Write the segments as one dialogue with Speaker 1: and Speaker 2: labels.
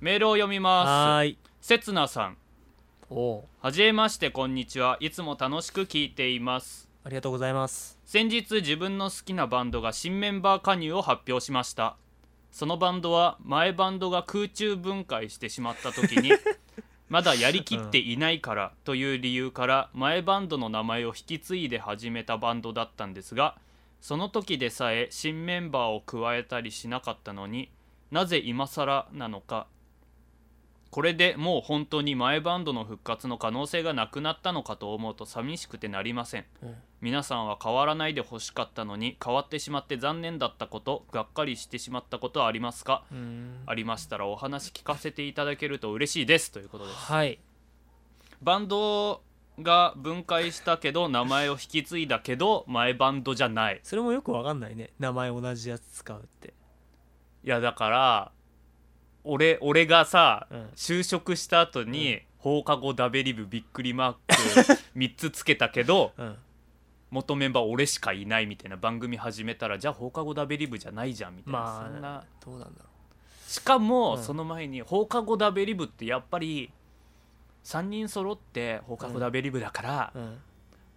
Speaker 1: メールを読み
Speaker 2: は
Speaker 1: ま
Speaker 2: ーい
Speaker 1: すせつなさん
Speaker 2: おう
Speaker 1: はじめましてこんにちはいつも楽しく聞いています
Speaker 2: ありがとうございます
Speaker 1: 先日自分の好きなバンドが新メンバー加入を発表しましたそのバンドは前バンドが空中分解してしまった時にまだやりきっていないからという理由から前バンドの名前を引き継いで始めたバンドだったんですがその時でさえ新メンバーを加えたりしなかったのになぜ今更なのかこれでもう本当に前バンドの復活の可能性がなくなったのかと思うと寂しくてなりません、
Speaker 2: うん
Speaker 1: 皆さんは変わらないでほしかったのに変わってしまって残念だったことがっかりしてしまったことはありますか
Speaker 2: うーん
Speaker 1: ありましたらお話聞かせていただけると嬉しいですということです
Speaker 2: はい
Speaker 1: バンドが分解したけど名前を引き継いだけど前バンドじゃない
Speaker 2: それもよくわかんないね名前同じやつ使うって
Speaker 1: いやだから俺俺がさ、
Speaker 2: うん
Speaker 1: 就職した後に、放課後ダベリブびっくりマー ク3つつけたけど
Speaker 2: うん
Speaker 1: 元メンバー俺しかいないみたいな番組始めたらじゃあ放課後ダベリブじゃないじゃんみたいな,、
Speaker 2: ま
Speaker 1: そ
Speaker 2: あ
Speaker 1: んな
Speaker 2: どうなんだろ
Speaker 1: しかも、
Speaker 2: うん
Speaker 1: その前に放課後ダベリブってやっぱり3人揃って放課後ダベリブだから、
Speaker 2: ううん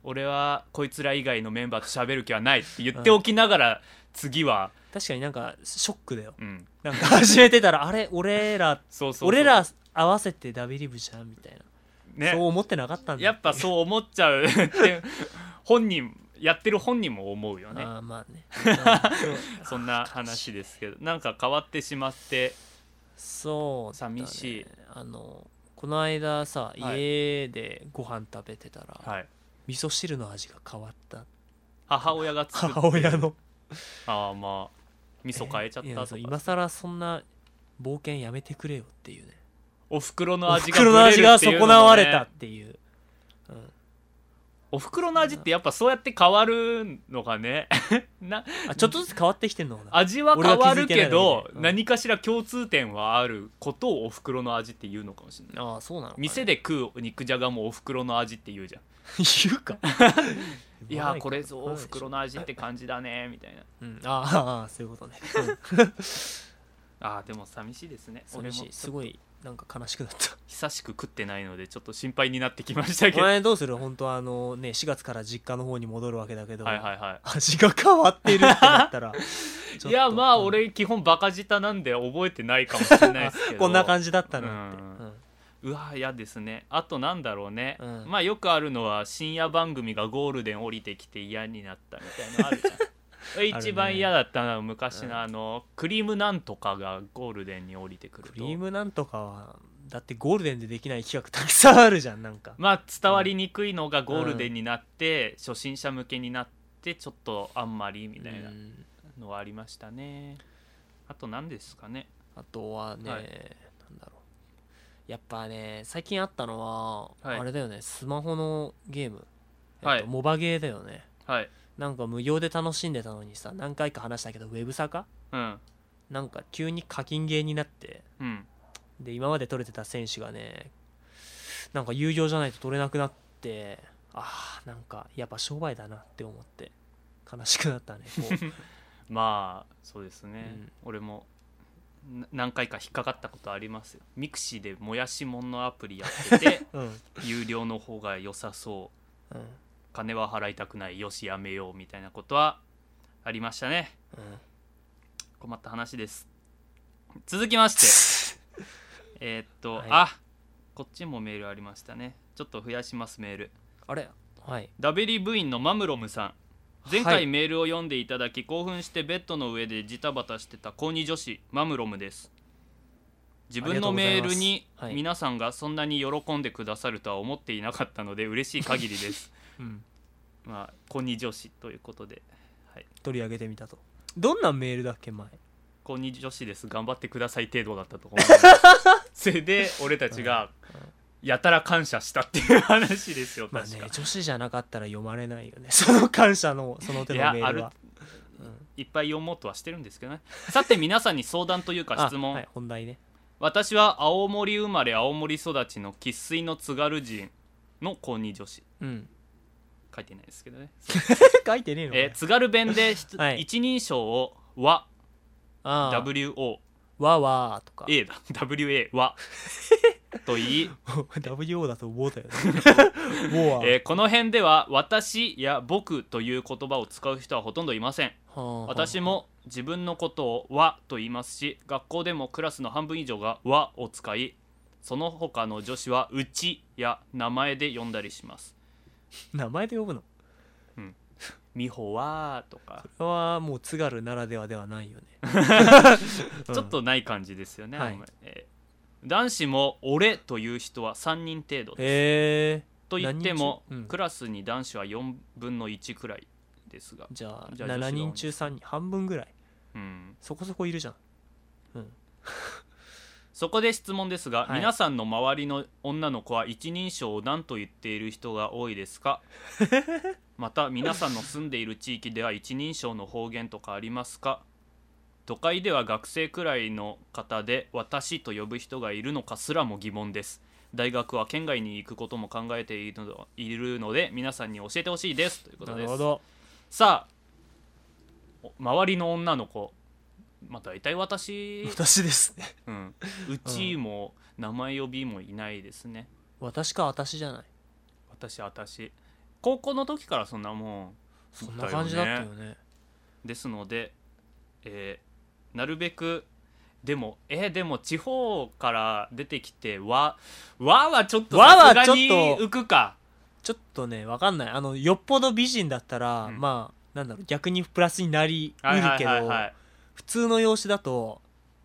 Speaker 1: 俺はこいつら以外のメンバーと喋る気はないって言っておきながら、次は、
Speaker 2: 確かになんかショックだよ
Speaker 1: うん、
Speaker 2: なん か始めてたらあれ俺ら
Speaker 1: そうそうそう
Speaker 2: 俺ら合わせてダビリブじゃんみたいな
Speaker 1: ね
Speaker 2: そう思ってなかったんだ
Speaker 1: やっぱそう思っちゃうって本人やってる本人も思うよね
Speaker 2: あーまあ ねうん
Speaker 1: そんな話ですけどなんか変わってしまって
Speaker 2: そうだね
Speaker 1: 寂しい
Speaker 2: あのこの間さ
Speaker 1: はい
Speaker 2: 家でご飯食べてたら、
Speaker 1: はい
Speaker 2: 味噌汁の味が変わった
Speaker 1: 母親が作っ
Speaker 2: 母親の
Speaker 1: ああまあ味噌変えちゃっ
Speaker 2: いや
Speaker 1: た
Speaker 2: そ
Speaker 1: と
Speaker 2: う
Speaker 1: か
Speaker 2: 今更そんな冒険やめてくれよっていうね
Speaker 1: お袋の
Speaker 2: お
Speaker 1: 味
Speaker 2: ふ
Speaker 1: が
Speaker 2: くろの味が損なわれた
Speaker 1: ブレる
Speaker 2: っ
Speaker 1: っていうのもね
Speaker 2: ていう、うん
Speaker 1: お袋の味ってやっぱそうやって変わるのかね な
Speaker 2: あちょっとずつ変わってきてんのかな
Speaker 1: 味は変わるけ
Speaker 2: 俺が気づいてないだ
Speaker 1: ど
Speaker 2: けでうん
Speaker 1: 何かしら共通点はあることをお袋の味って言うのかもしれない
Speaker 2: ああそうなのかね
Speaker 1: 店で食う肉じゃがもお袋の味って言うじゃん
Speaker 2: 言うか
Speaker 1: いやーこれぞお
Speaker 2: 袋
Speaker 1: 袋の味って感じだねみたいな
Speaker 2: うん、あーあーそういうことね、うん
Speaker 1: あーでも寂しいですね俺
Speaker 2: 寂
Speaker 1: も
Speaker 2: しいすごいなんか悲しくなった
Speaker 1: 久しく食ってないのでちょっと心配になってきましたけ
Speaker 2: お
Speaker 1: どはい
Speaker 2: 前どうする本当あのね4月から実家の方に戻るわけだけど、
Speaker 1: はいは
Speaker 2: 味が変わってるってなっ たら
Speaker 1: いいやまあ、
Speaker 2: ちょっ
Speaker 1: 俺基本バカ舌なんで覚えてないかもしれないですけ
Speaker 2: とうん
Speaker 1: ど
Speaker 2: こんな感じだったなって、
Speaker 1: う
Speaker 2: うんん
Speaker 1: うわー嫌ですねあとなんだろうね、
Speaker 2: うん
Speaker 1: まあよくあるのは深夜番組がゴールデン降りてきて嫌になったみたいなのある じゃん一番嫌だったのは昔のあの、クリームなんとかがゴールデンに降りてくると
Speaker 2: クリームなんとかはだってゴールデンでできない企画たくさんあるじゃんなんか
Speaker 1: まあ伝わりにくいのがゴールデンになって、初心者向けになってちょっとあんまりみたいな
Speaker 2: うん
Speaker 1: のはありましたね、あと何ですかね
Speaker 2: あとはね、
Speaker 1: はい
Speaker 2: なんだろうやっぱね最近あったのは、
Speaker 1: はい
Speaker 2: あれだよねスマホのゲーム、えっと
Speaker 1: はい
Speaker 2: モバゲーだよね
Speaker 1: はい
Speaker 2: なんか無料で楽しんでたのにさ何回か話したけどウェブサか
Speaker 1: うん
Speaker 2: なんか急に課金ゲーになって
Speaker 1: うん
Speaker 2: で今まで取れてた選手がねなんか有料じゃないと取れなくなってあーなんかやっぱ商売だなって思って悲しくなったねこう
Speaker 1: まあそうですね、
Speaker 2: うん
Speaker 1: 俺もな何回か引っかかったことありますよミクシーでもやしもんのアプリやって て
Speaker 2: うん、
Speaker 1: 有料の方が良さそう
Speaker 2: うんうん、
Speaker 1: 金は払いたくないよしやめようみたいなことはありましたね困った話です続きましてえーっと、
Speaker 2: はい
Speaker 1: あこっちもメールありましたねちょっと増やしますメール
Speaker 2: あれはい
Speaker 1: ダベリ部員のマムロムさん前
Speaker 2: は
Speaker 1: 回
Speaker 2: い
Speaker 1: メールを読んでいただき、興奮してベッドの上でジタバタしてた高2女子マムロムです自分のメールに
Speaker 2: ありがとうございますはい
Speaker 1: 皆さんがそんなに喜んでくださるとは思っていなかったので嬉しい限りです
Speaker 2: うん、
Speaker 1: まあ高2女子ということで
Speaker 2: 取り上げてみたとどんなメールだっけ前
Speaker 1: 高2女子です頑張ってください程度だったと思いますそれで俺た ちがやたら感謝したっていう話ですよ
Speaker 2: まあ
Speaker 1: 確
Speaker 2: ね
Speaker 1: か、
Speaker 2: 女子じゃなかったら読まれないよね その感謝のその手
Speaker 1: い
Speaker 2: の
Speaker 1: や
Speaker 2: メ
Speaker 1: あ
Speaker 2: ール
Speaker 1: る
Speaker 2: は、うん
Speaker 1: いっぱい読もうとはしてるんですけどねさて皆さんに相談というか質問、
Speaker 2: あはい、本題ね
Speaker 1: 私は青森生まれ青森育ちの生粋の津軽人の高2女子
Speaker 2: うん
Speaker 1: 書いてないですけどね、
Speaker 2: 書いてねえのかよ
Speaker 1: えー津軽弁でひつ
Speaker 2: はい
Speaker 1: 一人称を「わ」
Speaker 2: ああ
Speaker 1: WO
Speaker 2: わわーとか
Speaker 1: A だ WA はと言い、
Speaker 2: WO だとウォーだよ ねウォーは、
Speaker 1: えーこの辺では私や僕という言葉を使う人はほとんどいません
Speaker 2: はあはあ
Speaker 1: 私も自分のことを「は」と言いますし学校でもクラスの半分以上が「は」を使いその他の女子は「うち」や名前で呼んだりします
Speaker 2: 名前で呼ぶの
Speaker 1: 「美穂は」とか
Speaker 2: これはもう津軽ならではではないよ ね、うん
Speaker 1: ちょっとない感じですよね、
Speaker 2: はい
Speaker 1: あんまりえー男子も「俺」という人は3人程度です
Speaker 2: へえ
Speaker 1: と言っても、
Speaker 2: 何人中うん
Speaker 1: クラスに男子は4分の1くらいですが、
Speaker 2: じゃあ
Speaker 1: じゃあ
Speaker 2: 7
Speaker 1: 女子が多い
Speaker 2: 人中3人半分ぐらい
Speaker 1: うん、
Speaker 2: そこそこいるじゃん
Speaker 1: そこで質問ですが、
Speaker 2: はい
Speaker 1: 皆さんの周りの女の子は一人称を何と言っている人が多いです かまた皆さんの住んでいる地域では一人称の方言とかありますか都会では学生くらいの方で「私」と呼ぶ人がいるのかすらも疑問です大学は県外に行くことも考えているのいるので皆さんに教えてほしいですということ
Speaker 2: な
Speaker 1: で
Speaker 2: るほ
Speaker 1: す
Speaker 2: ど
Speaker 1: さあお周りの女の子まあ大体私
Speaker 2: 私ですね
Speaker 1: うん、うちも名前呼びもいないですね
Speaker 2: 私か私じゃない
Speaker 1: 私私高校の時からそんなも
Speaker 2: そんな感じだったよね
Speaker 1: んですので、えーなるべくでもえーでも地方から出てきて和和はちょっと
Speaker 2: 和は
Speaker 1: さすがに
Speaker 2: ちょっと
Speaker 1: 浮くか
Speaker 2: ちょっとねわかんないあのよっぽど美人だったら、
Speaker 1: うん
Speaker 2: まあなんだろう逆にプラスになりう
Speaker 1: は
Speaker 2: る
Speaker 1: いはい
Speaker 2: けど、
Speaker 1: はいはい
Speaker 2: 普通の容姿だと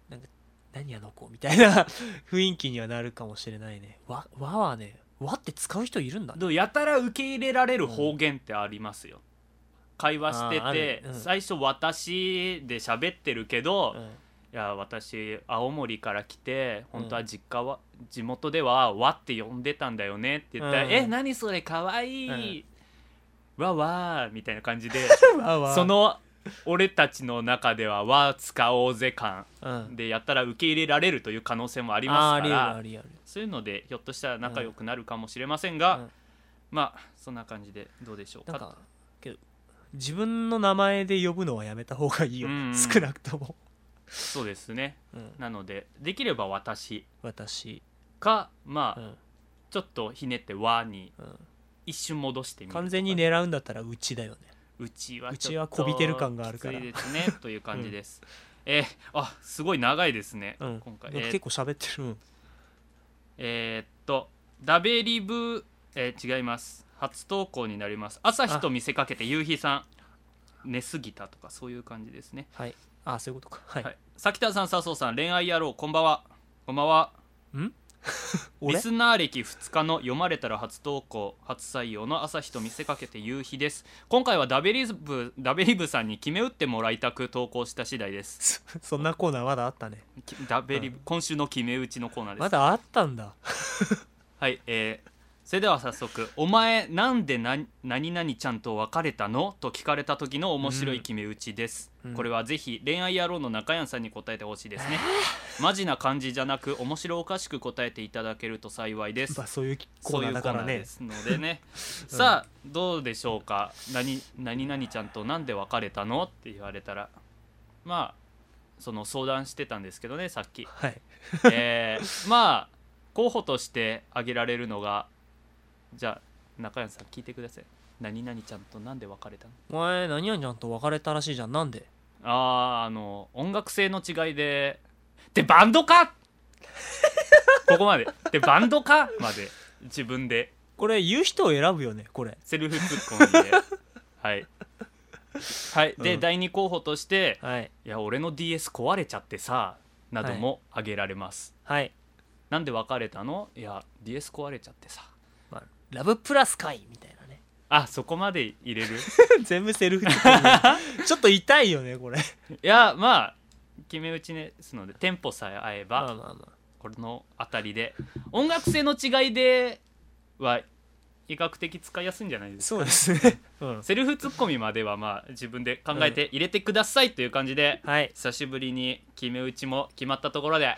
Speaker 2: なんか何あの子みたいな 雰囲気にはなるかもしれないねわわはねわって使う人いるんだね
Speaker 1: でもやたら受け入れられる方言ってありますよ、会話して
Speaker 2: あーあ
Speaker 1: て
Speaker 2: る、うん
Speaker 1: 最初「私」で喋ってるけど、
Speaker 2: うん
Speaker 1: いや私青森から来て本当は実家は、地元では「わ」って呼んでたんだよねって言ったら「
Speaker 2: うん
Speaker 1: え何それかわいい、わわ」みたいな感じで
Speaker 2: わ わ
Speaker 1: その俺たちの中では「わ」使おうぜ感
Speaker 2: うん
Speaker 1: でやったら受け入れられるという可能性もあり
Speaker 2: あ
Speaker 1: ま
Speaker 2: あ
Speaker 1: すか
Speaker 2: りある
Speaker 1: ら
Speaker 2: ありある
Speaker 1: そういうのでひょっとしたら仲良くなるかもしれませんが、
Speaker 2: うん
Speaker 1: まあそんな感じでどうでしょうか
Speaker 2: なんかけど自分の名前で呼ぶのはやめた方がいいよ、
Speaker 1: うんうん
Speaker 2: 少なくとも、
Speaker 1: そうですね
Speaker 2: うん、
Speaker 1: なのでできれば「私
Speaker 2: 私、」
Speaker 1: かまあ、
Speaker 2: うん
Speaker 1: ちょっとひねって「わ」に
Speaker 2: うん
Speaker 1: 一瞬戻してみるとか
Speaker 2: 完全に狙うんだったらうちだよね
Speaker 1: うちは
Speaker 2: う
Speaker 1: ちょっと
Speaker 2: ちはこびてる感があるから
Speaker 1: きついですねという感じです、えーあすごい長いですね、
Speaker 2: うん
Speaker 1: 今回
Speaker 2: なん
Speaker 1: え
Speaker 2: か
Speaker 1: ー
Speaker 2: 結構喋ってる、うん
Speaker 1: えーっとダベリブ、えー違います初投稿になります朝日と見せかけて夕日さん寝すぎたとかそういう感じですね、
Speaker 2: はいあそういうことかはい、
Speaker 1: はい、咲田さん笹生さん恋愛野郎こんばんはこんばんは リ
Speaker 2: 俺
Speaker 1: スナー歴2日の読まれたら初投稿初採用の朝日と見せかけて夕日です今回はダベリブダベリブさんに決め打ってもらいたく投稿した次第です
Speaker 2: そ そんなコーナーまだあったね
Speaker 1: きダベリブ、
Speaker 2: うん
Speaker 1: 今週の決め打ちのコーナーです、
Speaker 2: まだあったんだ
Speaker 1: はいえーそれでは早速「お前なんでな何々ちゃんと別れたの?」と聞かれた時の面白い決め打ちです、
Speaker 2: うん
Speaker 1: これはぜひ恋愛野郎の中谷さんに答えてほしいですね、マジな感じじゃなく面白おかしく答えていただけると幸いです
Speaker 2: まあそういうコ
Speaker 1: そ
Speaker 2: ー
Speaker 1: う
Speaker 2: ナ
Speaker 1: い
Speaker 2: ー
Speaker 1: うコ
Speaker 2: だ
Speaker 1: ー
Speaker 2: か
Speaker 1: ナ
Speaker 2: ら
Speaker 1: ー
Speaker 2: ね
Speaker 1: ですので ね、さあどうでしょうか何何々ちゃんとなんで別れたのって言われたらまあその相談してたんですけどねさっ き
Speaker 2: はい
Speaker 1: えーまあ候補として挙げられるのがじゃあ中山さん聞いてください何々ちゃんとなんで別れたの
Speaker 2: お前何々ちゃんと別れたらしいじゃんなんで
Speaker 1: あーあの音楽性の違いで「でバンド か!」ここまで「でバンドか!」まで自分で
Speaker 2: これ言う人を選ぶよねこれ
Speaker 1: セルフツッ コミではい、はい、で、
Speaker 2: うん
Speaker 1: 第2候補として
Speaker 2: はい
Speaker 1: 「いや俺の DS 壊れちゃってさ」なども挙げられます、
Speaker 2: はい、
Speaker 1: なんで別れたのいや DS 壊れちゃってさ
Speaker 2: まあ、ラブプラス会みたいなね
Speaker 1: あそこまで入れる
Speaker 2: 全部セルフツッコミ ちょっと痛いよねこれ
Speaker 1: いやまあ決め打ちですのでテンポさえ合えば、
Speaker 2: まあまあまあ
Speaker 1: この辺りで音楽性の違いでは比較的使いやすいんじゃないですか
Speaker 2: そうですね、 うん、
Speaker 1: セルフツッコミまではまあ自分で考えて入れてくださいという感じで、
Speaker 2: はい
Speaker 1: 久しぶりに決め打ちも決まったところで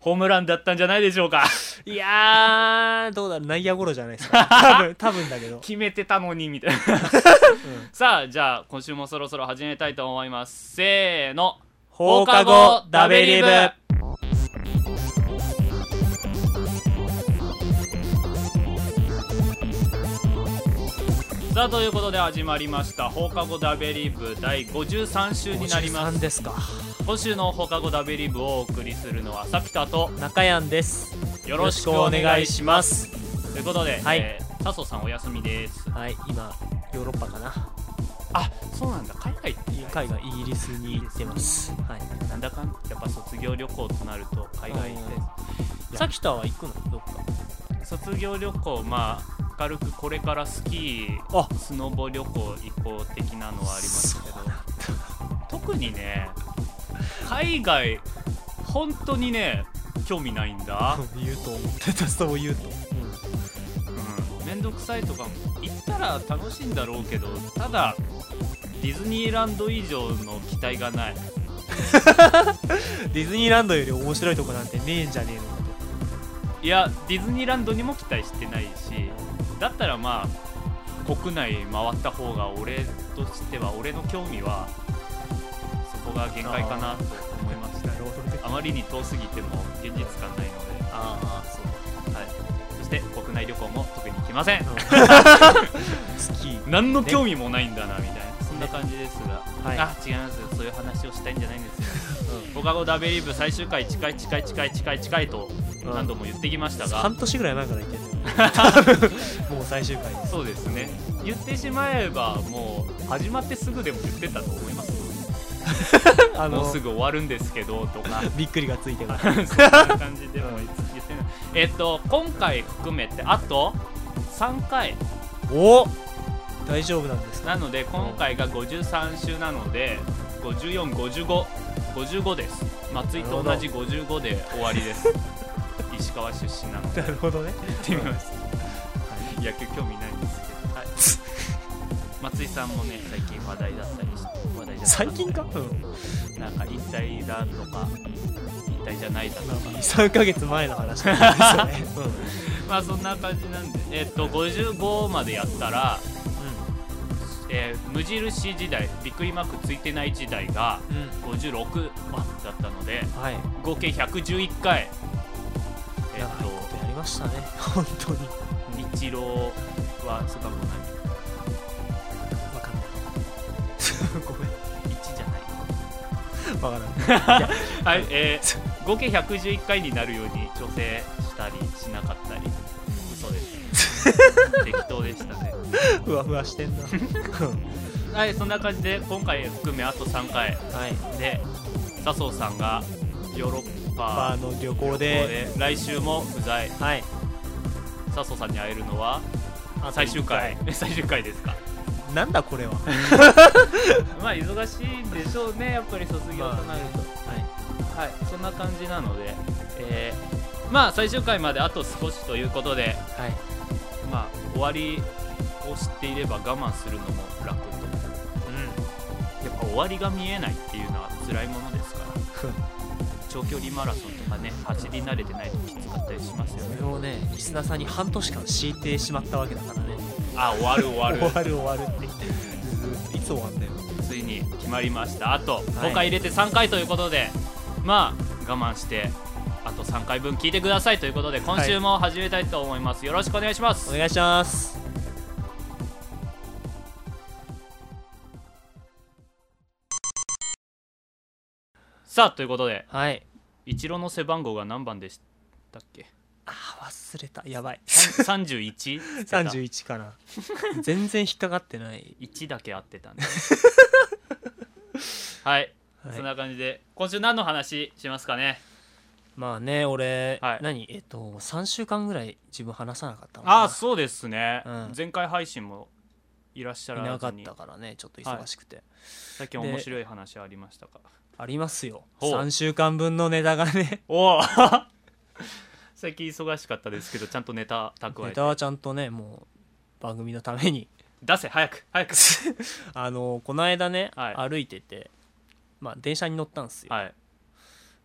Speaker 1: ホームランだったんじゃないでしょうか
Speaker 2: いやーどうだろう内野ゴロじゃないです か多分多分だけど、
Speaker 1: 決めてたのにみたいな
Speaker 2: うん
Speaker 1: さあじゃあ今週もそろそろ始めたいと思いますせーの
Speaker 2: 放課後ダベリブ
Speaker 1: さあということで始まりました放課後ダベリブ第53週になりま
Speaker 2: 53
Speaker 1: す
Speaker 2: ですか
Speaker 1: 今週の放課後ダベリブをお送りするのはさきたと
Speaker 2: 中山です
Speaker 1: よろしくお願いします
Speaker 2: よ
Speaker 1: ということで、
Speaker 2: はい
Speaker 1: えー笹生さんお休みです
Speaker 2: はい今ヨーロッパかな
Speaker 1: あそうなんだ海外って意外
Speaker 2: 海外イギリスに行ってますはい
Speaker 1: なんだかんやっぱ卒業旅行となると海外で
Speaker 2: さきたは行くのどっか
Speaker 1: 卒業旅行まあ軽くこれからスキ
Speaker 2: あ
Speaker 1: ースノボ旅行行こう的なのはありますけど特にね海外本当にね興味ないんだ、
Speaker 2: 言うと思ってたそう言うと、
Speaker 1: うん、めんどくさいとかも行ったら楽しいんだろうけどただディズニーランド以上の期待がない
Speaker 2: ディズニーランドより面白いとこなんてねえんじゃねえのか
Speaker 1: いやディズニーランドにも期待してないしだったらまあ国内回った方が俺としては俺の興味はそこが限界かなと思いました
Speaker 2: なるほどね
Speaker 1: あまりに遠すぎても現実感ないので、
Speaker 2: ああそう
Speaker 1: はい、そして国内旅行も特に行きません
Speaker 2: スキー
Speaker 1: 何の興味もないんだなみたいなそんな感じですが、
Speaker 2: はい
Speaker 1: あ違いますそういう話をしたいんじゃないんですよ放課後ダベリブ最終回近い近い近い近い近いと何度も言ってきましたが、
Speaker 2: 半年ぐらい前から言ってる よもう最終回です
Speaker 1: そうですね言ってしまえばもう始まってすぐでも言ってたと思いますも
Speaker 2: あの
Speaker 1: うすぐ終わるんですけどとか
Speaker 2: びっくりがついてから
Speaker 1: そんな感じでも言ってないえっと今回含めてあと3回
Speaker 2: お大丈夫なんですか
Speaker 1: なので今回が53週なので545555です松井と同じ55で終わりです石川出身なので
Speaker 2: なるほどね
Speaker 1: やってみます野球興味ないんですけど、はい、松井さんもね最近話題だったりして話題じゃなかったり
Speaker 2: 最近かうん
Speaker 1: なんか引退だとか引退じゃないだとか
Speaker 2: 23ヶ月前の 話なんですよね
Speaker 1: まあそんな感じなんでえっと55までやったら、えー無印時代びっくりマークついてない時代が
Speaker 2: うんうん
Speaker 1: 56だったので
Speaker 2: はい
Speaker 1: 合計111回えっ
Speaker 2: 長いこと
Speaker 1: と
Speaker 2: やりましたね本当に
Speaker 1: イチローは背番号何
Speaker 2: わかんないごめん
Speaker 1: ?1 じゃない
Speaker 2: わからない
Speaker 1: はい、えー、合計111回になるように調整したりしなかったり嘘です適当でしたね
Speaker 2: ふわふわしてんなは
Speaker 1: はいそんな感じで今回含めあと3回
Speaker 2: い
Speaker 1: で笹生さんがヨーロッ
Speaker 2: バー
Speaker 1: パ
Speaker 2: の旅行
Speaker 1: 旅行
Speaker 2: で
Speaker 1: で来週も不在
Speaker 2: はい
Speaker 1: 笹生さんに会えるのは
Speaker 2: あ
Speaker 1: 最終回 最終回ですか
Speaker 2: なんだこれはは
Speaker 1: まあ忙しいんでしょうねやっぱり卒業となると、はいそんな感じなのでえーまあ最終回まであと少しということで
Speaker 2: いはい
Speaker 1: まあ、終わりを知っていれば我慢するのも楽とやっぱ終わりが見えないっていうのは辛いものです から長距離マラソンとかね走り慣れてないときつかったりしますよ
Speaker 2: そ
Speaker 1: ね
Speaker 2: れをねリスナーさんに半年間敷いてしまったわけだからね
Speaker 1: あ終わる終わる
Speaker 2: 終わる終わるって言ってずっといつ終わんだよ
Speaker 1: ついに決まりましたあと
Speaker 2: はい
Speaker 1: 5回入れて3回ということで、まあ我慢してあと3回分聞いてくださいということで今週も始めたいと思います、よろしくお願いします
Speaker 2: お願いします
Speaker 1: さあということで
Speaker 2: はい
Speaker 1: イチローの背番号が何番でしたっけ
Speaker 2: あー忘れたや ばい
Speaker 1: 31?
Speaker 2: 31 かな全然引っかかってない、
Speaker 1: 1だけ合ってたんで はい、
Speaker 2: はい
Speaker 1: そんな感じで今週何の話しますかね
Speaker 2: まあね俺、
Speaker 1: はい
Speaker 2: 何えっと3週間ぐらい自分話さなかったのかな
Speaker 1: ああそうですね、
Speaker 2: うん
Speaker 1: 前回配信もいらっしゃら
Speaker 2: いなか
Speaker 1: ず
Speaker 2: っ
Speaker 1: に
Speaker 2: たからねちょっと忙しくて、
Speaker 1: 最近面白い話ありましたか
Speaker 2: ありますよ
Speaker 1: ほう
Speaker 2: 3週間分のネタがね
Speaker 1: おお 最近忙しかったですけどちゃんとネタ蓄
Speaker 2: ネ
Speaker 1: えて
Speaker 2: タはちゃんとねもう番組のために
Speaker 1: 出せ早く早 く
Speaker 2: あのこの間ね、
Speaker 1: は
Speaker 2: 歩いててまあ電車に乗ったんですよ、
Speaker 1: はい、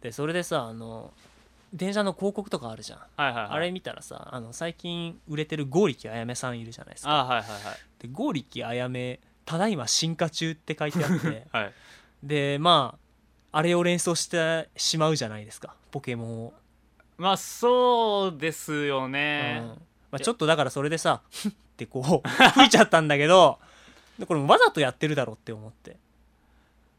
Speaker 2: でそれでさあの電車の広告とかあるじゃん、
Speaker 1: はいはいはい
Speaker 2: あれ見たらさあの最近売れてる剛力あやめさんいるじゃないですか
Speaker 1: あーはいはい
Speaker 2: で剛力あやめただいま進化中って書いてあって
Speaker 1: はいはい
Speaker 2: でまああれを連想してしまうじゃないですかポケモンを、
Speaker 1: まあそうですよ
Speaker 2: うん
Speaker 1: ね、
Speaker 2: まあ、ちょっとだからそれでさ っって こう吹いちゃったんだけどでこれもわざとやってるだろうって思って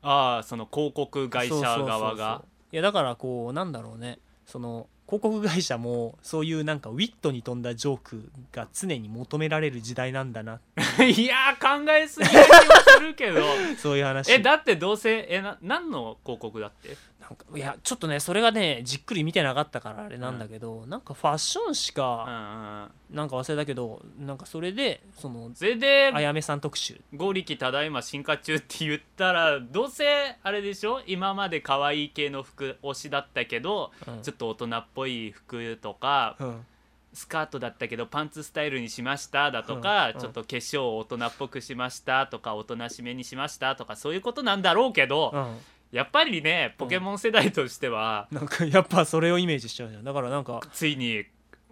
Speaker 1: ああその広告会社側が
Speaker 2: いやだからこうなんだろうねその広告会社もそういうなんかウィットに富んだジョークが常に求められる時代なんだな
Speaker 1: いやー考えすぎな気もする けど
Speaker 2: そういう話
Speaker 1: えだってどうせえな何の広告だって
Speaker 2: なんかいやちょっとねそれがねじっくり見てなかったからあれなんだけど、なんかファッションし
Speaker 1: うんう
Speaker 2: か、
Speaker 1: んうん
Speaker 2: なんか忘れたけどなんかそれでその
Speaker 1: それで
Speaker 2: あやめさん特集
Speaker 1: 「ゴリキただいま進化中」って言ったらどうせあれでしょ今まで可愛い系の服推しだったけど
Speaker 2: うん
Speaker 1: ちょっと大人っぽい服とか
Speaker 2: うん
Speaker 1: スカートだったけどパンツスタイルにしましただとか、
Speaker 2: うん
Speaker 1: ちょっと化粧を大人っぽくしましたとかおとなしめにしましたとかそういうことなんだろうけど、
Speaker 2: うん
Speaker 1: やっぱりねポケモン世代としては、
Speaker 2: なんかやっぱそれをイメージしちゃうじゃんだからなんか
Speaker 1: ついに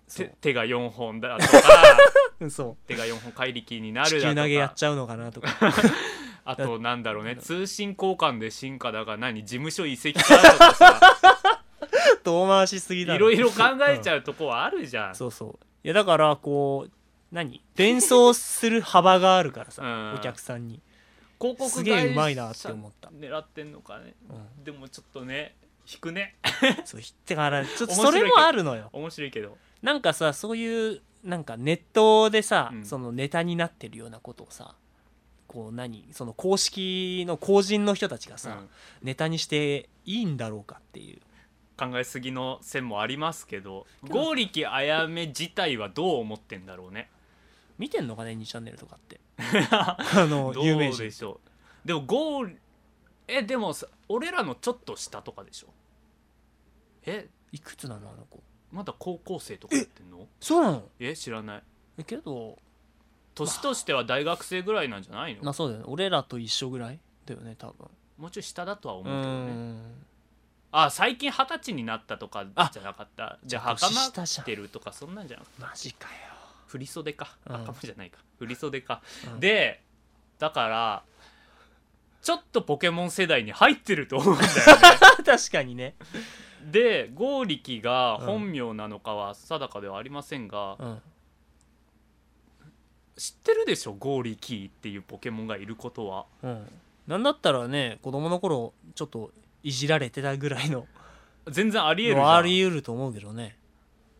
Speaker 2: そ
Speaker 1: て
Speaker 2: う
Speaker 1: 手が4本だとか
Speaker 2: うん そ
Speaker 1: 手が4本怪力に
Speaker 2: う
Speaker 1: な
Speaker 2: 地
Speaker 1: るだ
Speaker 2: 球投げ
Speaker 1: と
Speaker 2: やっ
Speaker 1: か
Speaker 2: ちゃうのかなとか
Speaker 1: あとなんだろうね通信交換で進化だが何事務所移籍かとかさ
Speaker 2: 遠回しすぎ
Speaker 1: い
Speaker 2: だ
Speaker 1: ろいろ考えち
Speaker 2: う
Speaker 1: ゃうとこはあるじゃん
Speaker 2: ん。そうそういやだからこう何連想する幅があるからさ、
Speaker 1: うん
Speaker 2: お客さんに
Speaker 1: 広告
Speaker 2: すげえうまいなって思った
Speaker 1: 会社狙ってんのかね、
Speaker 2: う
Speaker 1: でもちょっとね引くね
Speaker 2: そうだからちょっ
Speaker 1: 面
Speaker 2: と
Speaker 1: 白
Speaker 2: そ
Speaker 1: いけ
Speaker 2: れ
Speaker 1: ど
Speaker 2: もあるのよ
Speaker 1: 面白いけど
Speaker 2: なんかさそういうなんかネットでさ、
Speaker 1: うん
Speaker 2: そのネタになってるようなことをさこう何その公式の公人の人たちがさ、
Speaker 1: うん
Speaker 2: ネタにしていいんだろうかっていう
Speaker 1: 考えすぎの線もありますけど
Speaker 2: でも
Speaker 1: 剛力あやめ自体はどう思ってんだろうね
Speaker 2: 見てんのかね2チャンネルとかって あの
Speaker 1: どう
Speaker 2: 有名
Speaker 1: で
Speaker 2: 人
Speaker 1: しょうでも剛えでもさ俺らのちょっと下とかでしょえ
Speaker 2: いくつなのあの子
Speaker 1: まだ高校生とかやってんの
Speaker 2: そうなの
Speaker 1: え知らない
Speaker 2: えけど
Speaker 1: 年としては大学生ぐらいなんじゃないの
Speaker 2: まあそうだよね俺らと一緒ぐらいだよね多分
Speaker 1: もうちょい下だとは思
Speaker 2: う
Speaker 1: うけどね
Speaker 2: ん
Speaker 1: あ最近二十歳になったとかじゃなかったじゃあ
Speaker 2: 年
Speaker 1: 袴
Speaker 2: 下じゃん
Speaker 1: 着てるとかそんなんじゃなくて
Speaker 2: マジかよ
Speaker 1: 振り袖か
Speaker 2: うん
Speaker 1: 袴じゃないか振り袖か
Speaker 2: うん
Speaker 1: でだからちょっとポケモン世代に入ってると思うんだよね
Speaker 2: 確かにね
Speaker 1: で剛力が本名なのかは定かではありませんが、
Speaker 2: うん
Speaker 1: 知ってるでしょ剛力っていうポケモンがいることは
Speaker 2: うんなんだったらね子供の頃ちょっといじられてたぐらいの
Speaker 1: 全然ありえるじ
Speaker 2: もう
Speaker 1: ゃ
Speaker 2: あ
Speaker 1: ん
Speaker 2: り得ると思うけどね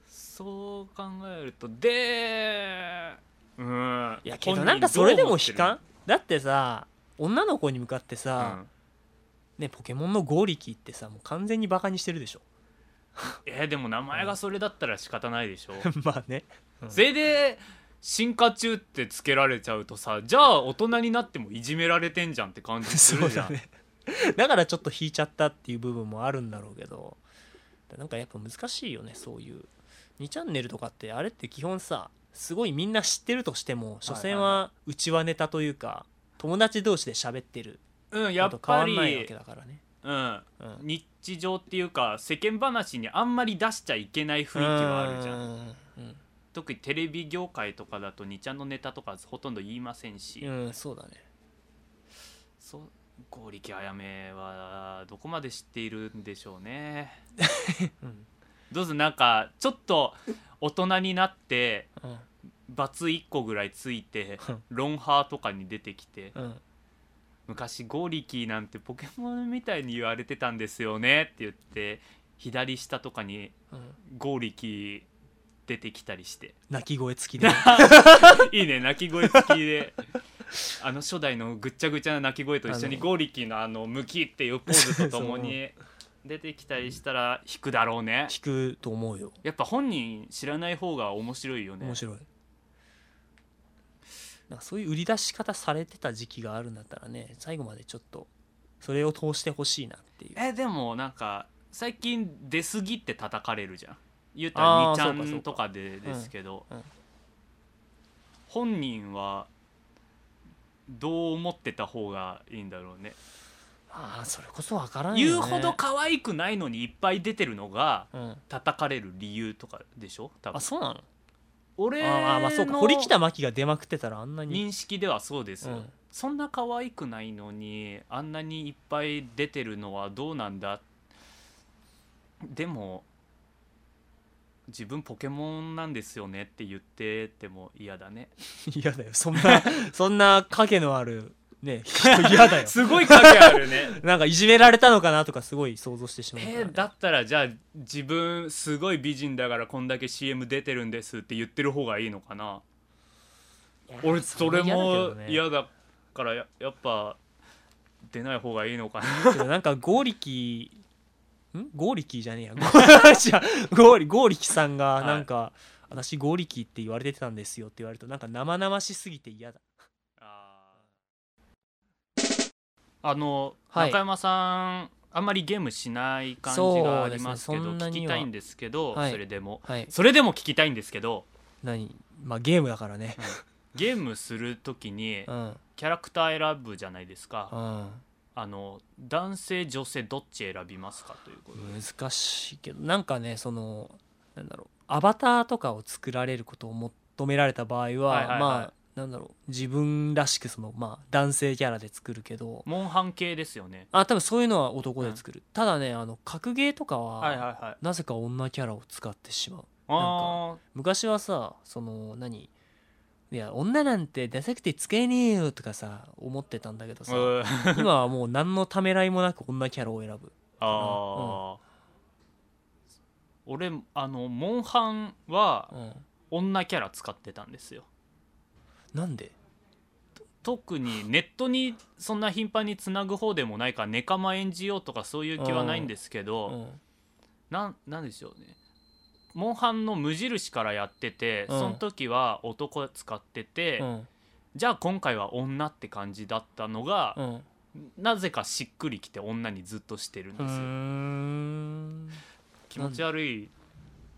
Speaker 1: そう考えるとでうん
Speaker 2: いやけどなんかそれでも悲観だってさ女の子に向かって
Speaker 1: 本人どう
Speaker 2: さ
Speaker 1: 思ってる、うん
Speaker 2: ね、ポケモンのゴーリキってさもう完全にバカにしてるでしょ
Speaker 1: えーでも名前がそれだったら仕方ないでしょ
Speaker 2: まあね
Speaker 1: それで進化中ってつけられちゃうとさじゃあ大人になってもいじめられてんじゃんって感じす
Speaker 2: そ
Speaker 1: る
Speaker 2: う
Speaker 1: じゃ
Speaker 2: だ
Speaker 1: ん、
Speaker 2: ね だからちょっと引いちゃったっていう部分もあるんだろうけどなんかやっぱ難しいよねそういう2チャンネルとかってあれって基本さすごいみんな知ってるとしても所詮
Speaker 1: はい
Speaker 2: はうちはネタというか友達同士で喋ってる
Speaker 1: うんや
Speaker 2: の
Speaker 1: っ
Speaker 2: と変わ
Speaker 1: ぱ
Speaker 2: んないわ
Speaker 1: り
Speaker 2: け、だからね、
Speaker 1: うん、
Speaker 2: うん、
Speaker 1: 日常っていうか世間話にあんまり出しちゃいけない雰囲気はあるじゃん
Speaker 2: んうん
Speaker 1: 特にテレビ業界とかだと2ちゃんのネタとかほとんど言いませんし、
Speaker 2: うん、そうだね
Speaker 1: そう剛力あやめはどこまで知っているんでしょうね
Speaker 2: うん、
Speaker 1: どうぞなんかちょっと大人になって
Speaker 2: うん
Speaker 1: バツ1個ぐらいついて
Speaker 2: うん
Speaker 1: ロンハーとかに出てきて
Speaker 2: うん、
Speaker 1: 昔ゴーリキーなんてポケモンみたいに言われてたんですよねって言って左下とかに
Speaker 2: うん、
Speaker 1: ゴーリキー出てきたりして
Speaker 2: 泣き声付きで
Speaker 1: いいね泣き声付きであの初代のぐっちゃぐちゃな泣き声と一緒に
Speaker 2: あの
Speaker 1: ゴーリキーのあのムキっていうポーズとともに出てきたりしたら引くだろうね
Speaker 2: 聞くと思うよ
Speaker 1: やっぱ本人知らない方が面白いよね
Speaker 2: 面白いなんかそういう売り出し方されてた時期があるんだったらね最後までちょっとそれを通してほしいなっていう
Speaker 1: えでもなんか最近出過ぎって叩かれるじゃん言うた
Speaker 2: あ
Speaker 1: ら
Speaker 2: ー
Speaker 1: 2ちゃ
Speaker 2: そうかそうんか
Speaker 1: とかでですけど、
Speaker 2: うんうん
Speaker 1: 本人はどう思ってた方がいいんだろうね
Speaker 2: ああそれこそわからんよ、ね、
Speaker 1: 言うほど可愛くないのにいっぱい出てるのが
Speaker 2: うん、
Speaker 1: 叩かれる理由とかでしょ多
Speaker 2: あ
Speaker 1: 分
Speaker 2: そうなの
Speaker 1: 俺
Speaker 2: ああまあそうか堀
Speaker 1: の
Speaker 2: 北真希が出まくってたらあんなに
Speaker 1: 認識ではそうです、
Speaker 2: うん
Speaker 1: そんな可愛くないのにあんなにいっぱい出てるのはどうなんだでも自分ポケモンなんですよねって言ってても嫌だね
Speaker 2: 嫌だよそんな そんな影のあるね人嫌 だよ
Speaker 1: すごい影あ るね
Speaker 2: なんかいじめられたのかなとかすごい想像してしまうからね、
Speaker 1: えーだったらじゃあ自分すごい美人だからこんだけ CM 出てるんですって言ってる方がいいのかない
Speaker 2: や
Speaker 1: 俺
Speaker 2: ー
Speaker 1: それも
Speaker 2: れ嫌だ
Speaker 1: 嫌だからややっぱ出ない方がいいのかな
Speaker 2: けどねけどなんかゴーリキんゴーリキじゃねえや ゴー違うゴーリゴーリキさんが
Speaker 1: い
Speaker 2: なんか、私ゴーリキって言われてたんですよって言われるとなんか生々しすぎて嫌だ
Speaker 1: あの、
Speaker 2: はい
Speaker 1: 中山さんあんまりゲームしない感じがありますけど
Speaker 2: そうですねそんな
Speaker 1: 聞
Speaker 2: には
Speaker 1: きたいんですけど、
Speaker 2: はい
Speaker 1: それでも
Speaker 2: はい
Speaker 1: それでも聞きたいんですけど
Speaker 2: 何まあゲームだからね
Speaker 1: ゲームする時に
Speaker 2: うんうん
Speaker 1: キャラクター選ぶじゃないですかあの男性女性どっち選びますかということで
Speaker 2: 難しいけどなんかねそのなんだろうアバターとかを作られることを求められた場合は,、
Speaker 1: はいはい
Speaker 2: まあなんだろう自分らしくその、まあ、男性キャラで作るけど
Speaker 1: モンハン系ですよね
Speaker 2: あ多分そういうのは男で作る、ただねあの格ゲーとかは、
Speaker 1: はいはいはい
Speaker 2: なぜか女キャラを使ってしまう
Speaker 1: あ
Speaker 2: 昔はさその何いや女なんてダサくて使えねえよとかさ思ってたんだけど
Speaker 1: ー
Speaker 2: さ
Speaker 1: うんあ
Speaker 2: 今はもう何のためらいもなく女キャラを選ぶ
Speaker 1: ー俺あのモンハンは
Speaker 2: うん
Speaker 1: 女キャラ使ってたんですよ
Speaker 2: なんで
Speaker 1: 特にネットにそんな頻繁につなぐ方でもないからネカマ演じようとかそういう気はないんですけど、
Speaker 2: うん
Speaker 1: なんなんでしょうねモンハンの無印からやってて、
Speaker 2: うん
Speaker 1: その時は男使ってて、
Speaker 2: うん
Speaker 1: じゃあ今回は女って感じだったのが、
Speaker 2: うん
Speaker 1: なぜかしっくりきて女にずっとしてるん
Speaker 2: うー
Speaker 1: ですよ、
Speaker 2: ん
Speaker 1: 気持ち悪い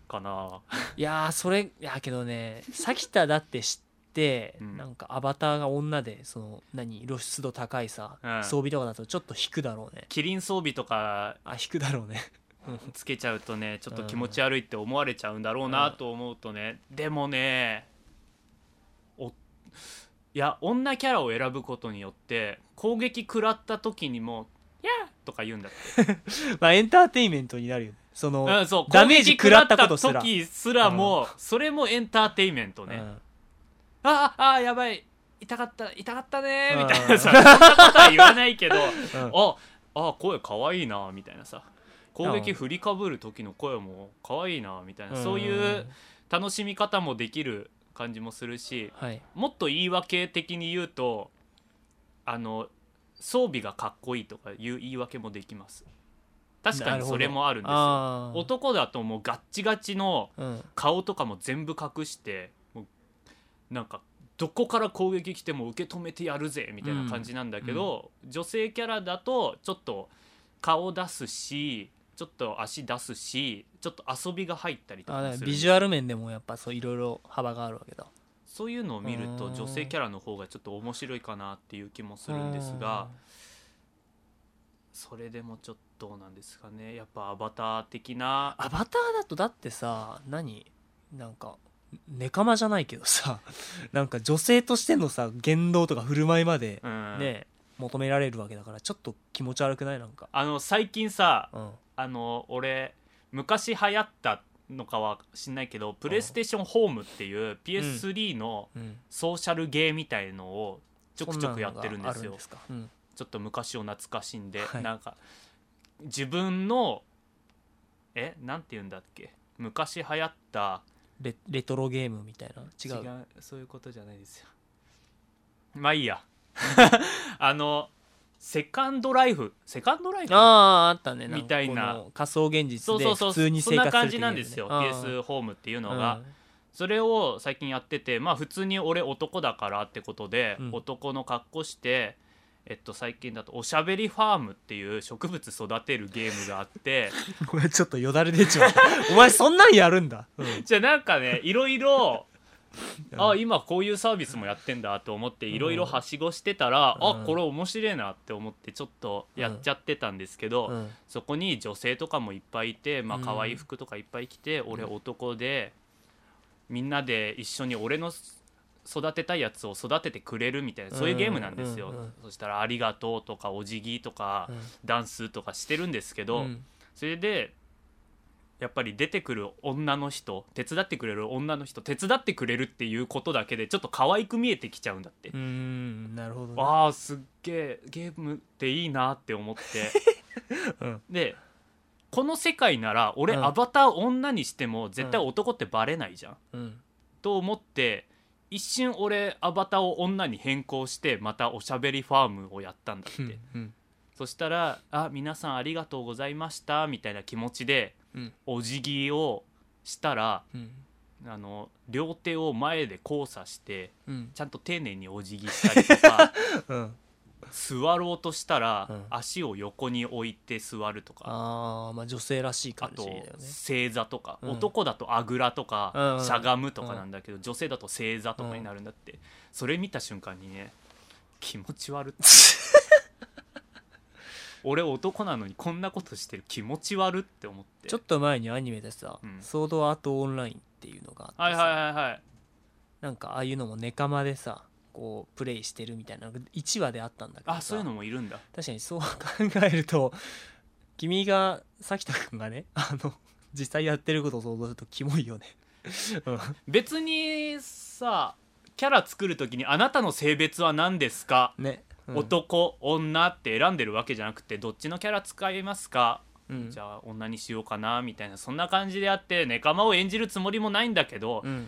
Speaker 1: か ない
Speaker 2: やーそれいやけどねさきただって知って、
Speaker 1: うん
Speaker 2: なんかアバターが女でその何露出度高いさ、
Speaker 1: うん
Speaker 2: 装備とかだとちょっと引くだろうね
Speaker 1: キリン装備とか
Speaker 2: あ引くだろうね
Speaker 1: つけちゃうとねちょっと気持ち悪いって思われちゃうんだろうなと思うとね、でもねおいや女キャラを選ぶことによって攻撃食らった時にも「やーとか言うんだって
Speaker 2: まあエンターテインメントになるよねその、
Speaker 1: うん、そう
Speaker 2: ダメージ食らったことすら
Speaker 1: 攻撃食らった時すらも、それもエンターテインメント
Speaker 2: う
Speaker 1: ね、
Speaker 2: ん
Speaker 1: あああやばい痛かった痛かったね
Speaker 2: うん
Speaker 1: みたいなさそんなことは言わないけど
Speaker 2: うん
Speaker 1: ああ声かわいいなみたいなさ攻撃振りかぶる時の声もかわいいなみたいな、そういう楽しみ方もできる感じもするし
Speaker 2: はい
Speaker 1: もっと言い訳的に言うとあの装備がかっこいいとかいう言い訳もできます確かにそれもあるんですよ
Speaker 2: あー
Speaker 1: 男だともうガッチガチの
Speaker 2: うん
Speaker 1: 顔とかも全部隠してもうなんかどこから攻撃来ても受け止めてやるぜみたいな感じなんだけど、女性キャラだとちょっと顔出すしちょっと足出すしちょっと遊びが入ったりと
Speaker 2: あだ
Speaker 1: か
Speaker 2: から
Speaker 1: する
Speaker 2: ビジュアル面でもやっぱそういろいろ幅があるわけだ
Speaker 1: そういうのを見ると
Speaker 2: うん
Speaker 1: 女性キャラの方がちょっと面白いかなっていう気もするんですがそれでもちょっとどうなんですかねやっぱアバター的 な
Speaker 2: アバターだとだってさ何なんかネカマじゃないけどさ なんか女性としてのさ言動とか振る舞いまで
Speaker 1: うん、
Speaker 2: ね、求められるわけだからちょっと気持ち悪くないなんか、
Speaker 1: あの最近さ
Speaker 2: うん、
Speaker 1: あの俺昔流行ったのかは知んないけどプレイステーションホームっていう PS3 の
Speaker 2: うん、
Speaker 1: ソーシャルゲーみたいのをちょくちょくやってるんです
Speaker 2: そなのがあ
Speaker 1: よ
Speaker 2: ですか、うん
Speaker 1: ちょっと昔を懐かしんで、
Speaker 2: はい
Speaker 1: なんか自分のえなんて言うんだっけ昔流行った
Speaker 2: レレトロゲームみたいな違う
Speaker 1: そういうことじゃないですよまあいいや あのセカンドライフセカンドライフ
Speaker 2: あああったねんか
Speaker 1: みたいな
Speaker 2: この仮想現
Speaker 1: そ
Speaker 2: 実
Speaker 1: う
Speaker 2: で
Speaker 1: そうそう
Speaker 2: 普通に
Speaker 1: そんな
Speaker 2: 生活する
Speaker 1: 感
Speaker 2: って
Speaker 1: じ
Speaker 2: い
Speaker 1: なんですよ、PS ホームっていうの
Speaker 2: の
Speaker 1: が、それを最近やっててまあ普通に俺男だからってことで、
Speaker 2: うん
Speaker 1: 男の格好してえっと最近だと「おしゃべりファーム」っていう植物育てるゲームがあって
Speaker 2: これちょっとよだれ出ちゃう お前そんなんやるんだ、うん
Speaker 1: じゃあなんかねいろいろ
Speaker 2: うん
Speaker 1: あ今こういうサービスもやってんだと思っていろいろはしごしてたら、
Speaker 2: うん
Speaker 1: あこれ面白いなって思ってちょっとやっちゃってたんですけど、
Speaker 2: うん
Speaker 1: そこに女性とかもいっぱいいて、まあ
Speaker 2: うん
Speaker 1: 可愛い服とかいっぱい着て、俺男でみんなで一緒に俺の育てたいやつを育ててくれるみたいなそういうゲームなんですよ、
Speaker 2: うんうんうん
Speaker 1: そしたら「ありがとう」とか「お辞儀」とか、
Speaker 2: うん
Speaker 1: ダンスとかしてるんですけど、
Speaker 2: うん
Speaker 1: それでやっぱり出てくる女の人手伝ってくれる女の人手伝ってくれるっていうことだけでちょっと可愛く見えてきちゃうんだって、
Speaker 2: うーんなるほど、ね、
Speaker 1: あーすっげえゲームっていいなって思って
Speaker 2: うん
Speaker 1: でこの世界なら俺
Speaker 2: うん
Speaker 1: アバター女にしても絶対男ってバレないじゃん、
Speaker 2: うん
Speaker 1: と思って一瞬俺アバターを女に変更してまたおしゃべりファームをやったんだって、
Speaker 2: うんうん
Speaker 1: そしたら「あ皆さんありがとうございました」みたいな気持ちで
Speaker 2: うん
Speaker 1: お辞儀をしたら
Speaker 2: うん
Speaker 1: あの両手を前で交差して
Speaker 2: うん
Speaker 1: ちゃんと丁寧にお辞儀したりとか
Speaker 2: うん
Speaker 1: 座ろうとしたら、
Speaker 2: うん
Speaker 1: 足を横に置いて座るとか
Speaker 2: ああまあ女性らしい
Speaker 1: あ
Speaker 2: 感じ
Speaker 1: と
Speaker 2: だよね
Speaker 1: 正座とか、
Speaker 2: うん
Speaker 1: 男だとあぐらとか、
Speaker 2: うん
Speaker 1: しゃがむとかなんだけど、女性だと正座とかになるんだって、それ見た瞬間にね気持ち悪って俺男なのにこんなことしてる気持ち悪って思って
Speaker 2: ちょっと前にアニメでさ
Speaker 1: うん
Speaker 2: 「ソードアートオンライン」っていうのがあってさ、
Speaker 1: はいはいはいはい
Speaker 2: なんかああいうのもネカマでさこうプレイしてるみたいなのが1話であったんだけどさ
Speaker 1: あそういうのもいるんだ
Speaker 2: 確かにそう考えると君が咲田君がねあの実際やってることを想像するとキモいよね、うん
Speaker 1: 別にさキャラ作る時に「あなたの性別は何ですか
Speaker 2: ね、うん、
Speaker 1: 男女って選んでるわけじゃなくてどっちのキャラ使いますか、
Speaker 2: うん
Speaker 1: じゃあ女にしようかなみたいなそんな感じであってネカマを演じるつもりもないんだけど、
Speaker 2: うん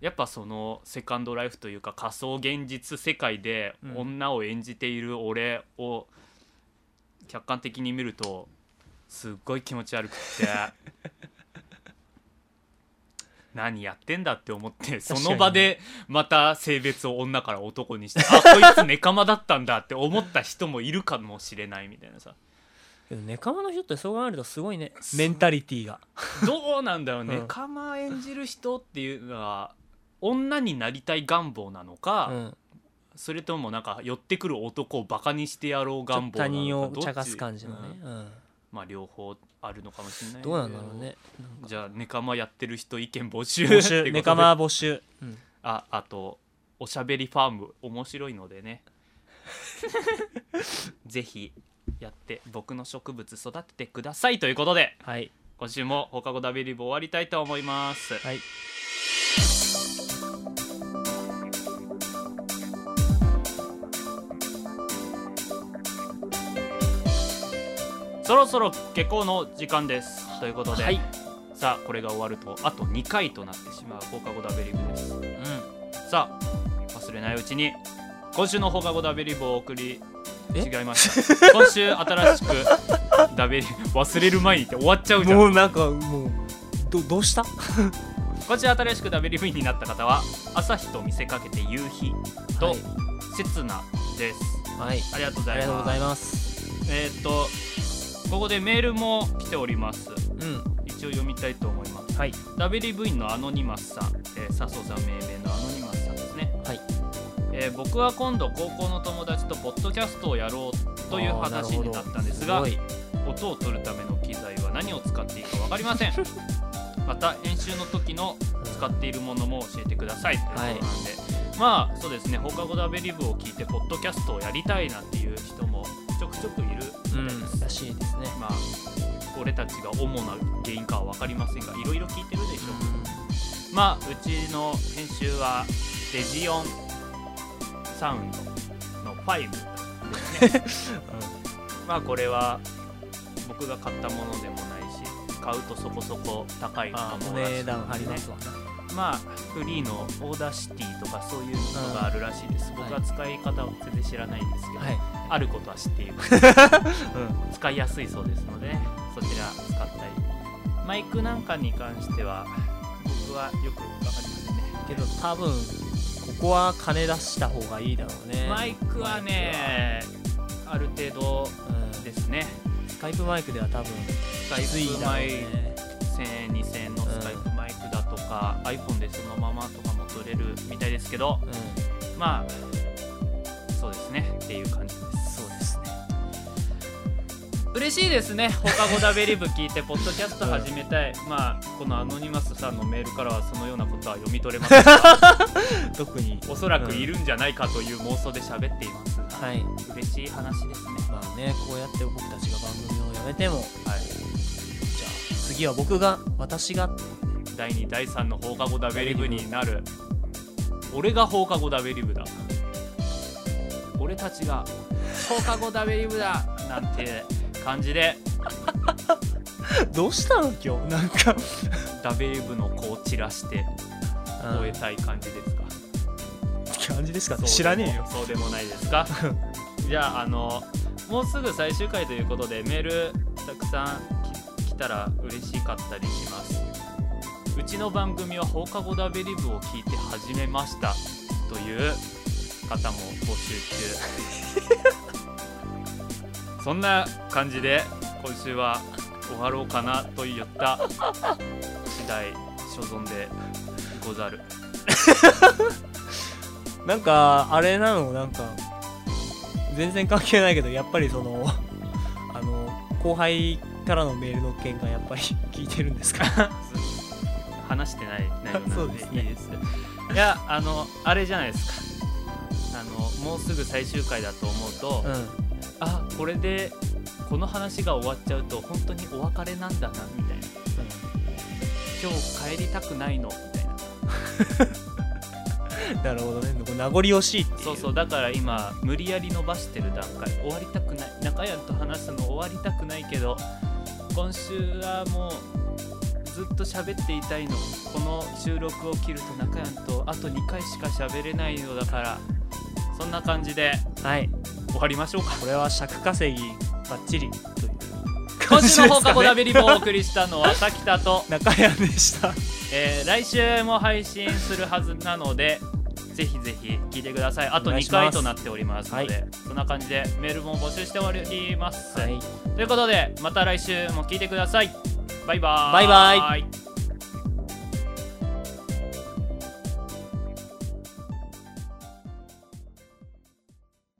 Speaker 1: やっぱそのセカンドライフというか仮想現実世界で
Speaker 2: うん
Speaker 1: 女を演じている俺を客観的に見るとすっごい気持ち悪く て何やってんだって思ってその場でまた性別を女から男にしてあこいつネカマだったんだって思った人もいるかもしれないみたいなさ
Speaker 2: けどネカマの人ってそう考えるとすごいねメンタリティーが
Speaker 1: どうなんだよ、
Speaker 2: ん
Speaker 1: ネカマ演じる人っていうのは女になりたい願望なのか、
Speaker 2: うん
Speaker 1: それともなんか寄ってくる男をバカにしてやろう
Speaker 2: ちょっ
Speaker 1: 願
Speaker 2: と
Speaker 1: 望なの
Speaker 2: 他
Speaker 1: か
Speaker 2: 人を
Speaker 1: どっち
Speaker 2: 茶化す感じのね、うん
Speaker 1: まあ両方あるのかもしれないけ
Speaker 2: どうなんだろうね
Speaker 1: じゃあネカマやってる人意見募集 って
Speaker 2: 募
Speaker 1: こと
Speaker 2: 集
Speaker 1: で
Speaker 2: ネカマ募集、うん
Speaker 1: ああとおしゃべりファーム面白いのでね ぜひやって僕の植物育ててくださいということで
Speaker 2: はい
Speaker 1: 今週も放課後ダビリブ終わりたいと思います
Speaker 2: はい
Speaker 1: そろそろ下校の時間ですということで、
Speaker 2: はい、
Speaker 1: さあこれが終わるとあと2回となってしまう放課後ダベリブです
Speaker 2: うん、
Speaker 1: さあ忘れないうちに今週の放課後ダベリブをお送り
Speaker 2: え
Speaker 1: 違いました今週新しくダベリ忘れる前にって終わっちゃうじゃ
Speaker 2: も
Speaker 1: ん
Speaker 2: うなんかもうどどうした
Speaker 1: こちら新しくダベリブになった方は朝日と見せかけて夕日と、
Speaker 2: はい
Speaker 1: 刹那です
Speaker 2: はい
Speaker 1: ありがとうござ
Speaker 2: あ
Speaker 1: い
Speaker 2: りがとう
Speaker 1: ま
Speaker 2: ご
Speaker 1: す
Speaker 2: ざいます
Speaker 1: えーっとここでメールも来ております
Speaker 2: うん
Speaker 1: 一応読みたいと思います
Speaker 2: はい
Speaker 1: WV のアノニマスさん、えー、笹生さん命名のアノニマスさんですね、
Speaker 2: はい
Speaker 1: えー僕は今度高校の友達とポッドキャストをやろうという
Speaker 2: あーなる
Speaker 1: 話
Speaker 2: ほど
Speaker 1: になったんですが
Speaker 2: ごい
Speaker 1: 音を取るための機材は何を使っていいか分かり ませんまた編集の時の使っているものも教えてくださいということなんで、まあそうですね放課後ダベリブを聞いてポッドキャストをやりたいなんていう人もちょくちょくいるみたいです、
Speaker 2: らしいですね
Speaker 1: まあ俺たちが主な原因かは分かりませんがいろいろ聞いてるでしょうまあうちの編集はデジオンサウンドの5ですねまあこれは僕が買ったものでもないし買うとそこそこ高いも
Speaker 2: あ
Speaker 1: の
Speaker 2: お
Speaker 1: らしい
Speaker 2: 値段張ります
Speaker 1: ね
Speaker 2: わ
Speaker 1: まあフリーのオーダーシティとかそういうのがあるらしいです
Speaker 2: ん
Speaker 1: 僕は使い方を全然知らないんですけど、
Speaker 2: はい
Speaker 1: あることは知っている使いやすいそうですのでそちら使ったりマイクなんかに関しては僕はよく分かりませんね
Speaker 2: けど多分ここは金出した方がいいだろうね
Speaker 1: マイクはねある程度
Speaker 2: マイクはうん
Speaker 1: ですね
Speaker 2: スカイプマイクでは多分
Speaker 1: スカイ
Speaker 2: きつい
Speaker 1: プ
Speaker 2: だろう
Speaker 1: マイク
Speaker 2: ね
Speaker 1: 1000円2000円のスカイプマイクだとか、iPhone でそのままとかも撮れるみたいですけど
Speaker 2: うん
Speaker 1: まあそうですねっていう感じです
Speaker 2: そうですね
Speaker 1: 嬉しいですね放課後ダベリブ聞いてポッドキャスト始めたい、まあこのアノニマスさんのメールからはそのようなことは読み取れませんが
Speaker 2: 特に
Speaker 1: おそらくいるんじゃないかという妄想で喋っていますが、
Speaker 2: はい
Speaker 1: 嬉しい話ですね
Speaker 2: まあねこうやって僕たちが番組をやめても
Speaker 1: はい
Speaker 2: じゃあ次次は僕が私がって
Speaker 1: 第2第3の放課後ダベリブになる俺が放課後ダベリブだ俺たちが放課後ダベリブだなんて感じで
Speaker 2: どうしたの今日なんか
Speaker 1: ダベリブの子を散らして終えたい感じですか
Speaker 2: 感じですか
Speaker 1: そうでも
Speaker 2: 知らねえよ
Speaker 1: そうでもないですか じゃああのもうすぐ最終回ということでメールたくさんき来たら嬉しかったりしますうちの番組は放課後ダベリブを聞いて始めましたという方も募集中 そんな感じで今週は終わろうかなと言った次第所存でござる
Speaker 2: なんかあれなのなんか全然関係ないけどやっぱりその あの後輩からのメールの件がやっぱり聞いてるんですか
Speaker 1: 話してない内容な
Speaker 2: そ
Speaker 1: の
Speaker 2: う
Speaker 1: で
Speaker 2: ですね
Speaker 1: いいですいやあのあれじゃないですかあのもうすぐ最終回だと思うと、
Speaker 2: うん
Speaker 1: あこれでこの話が終わっちゃうと本当にお別れなんだなみたいな今日帰りたくないのみたいな
Speaker 2: なるほどねこう名残惜しいっていう
Speaker 1: そうそうだから今無理やり伸ばしてる段階終わりたくない中谷と話したの終わりたくないけど今週はもうずっと喋っていたいのこの収録を切ると中谷とあと2回しか喋れないのだからそんな感じで
Speaker 2: はい
Speaker 1: 終わりましょう か
Speaker 2: これは尺稼ぎバッチリという
Speaker 1: 今週の放課後ダ
Speaker 2: だ
Speaker 1: ベリブをお送りしたのは滝田と、
Speaker 2: 中谷でした
Speaker 1: えー来週も配信するはずなのでぜひぜひ聞いてくださいあと
Speaker 2: お願い
Speaker 1: 2
Speaker 2: します
Speaker 1: 回となっておりますので
Speaker 2: は
Speaker 1: そんな感じでメールも募集しております、
Speaker 2: はい
Speaker 1: ということでまた来週も聞いてくださいバイバーイ
Speaker 2: バイバ
Speaker 1: イ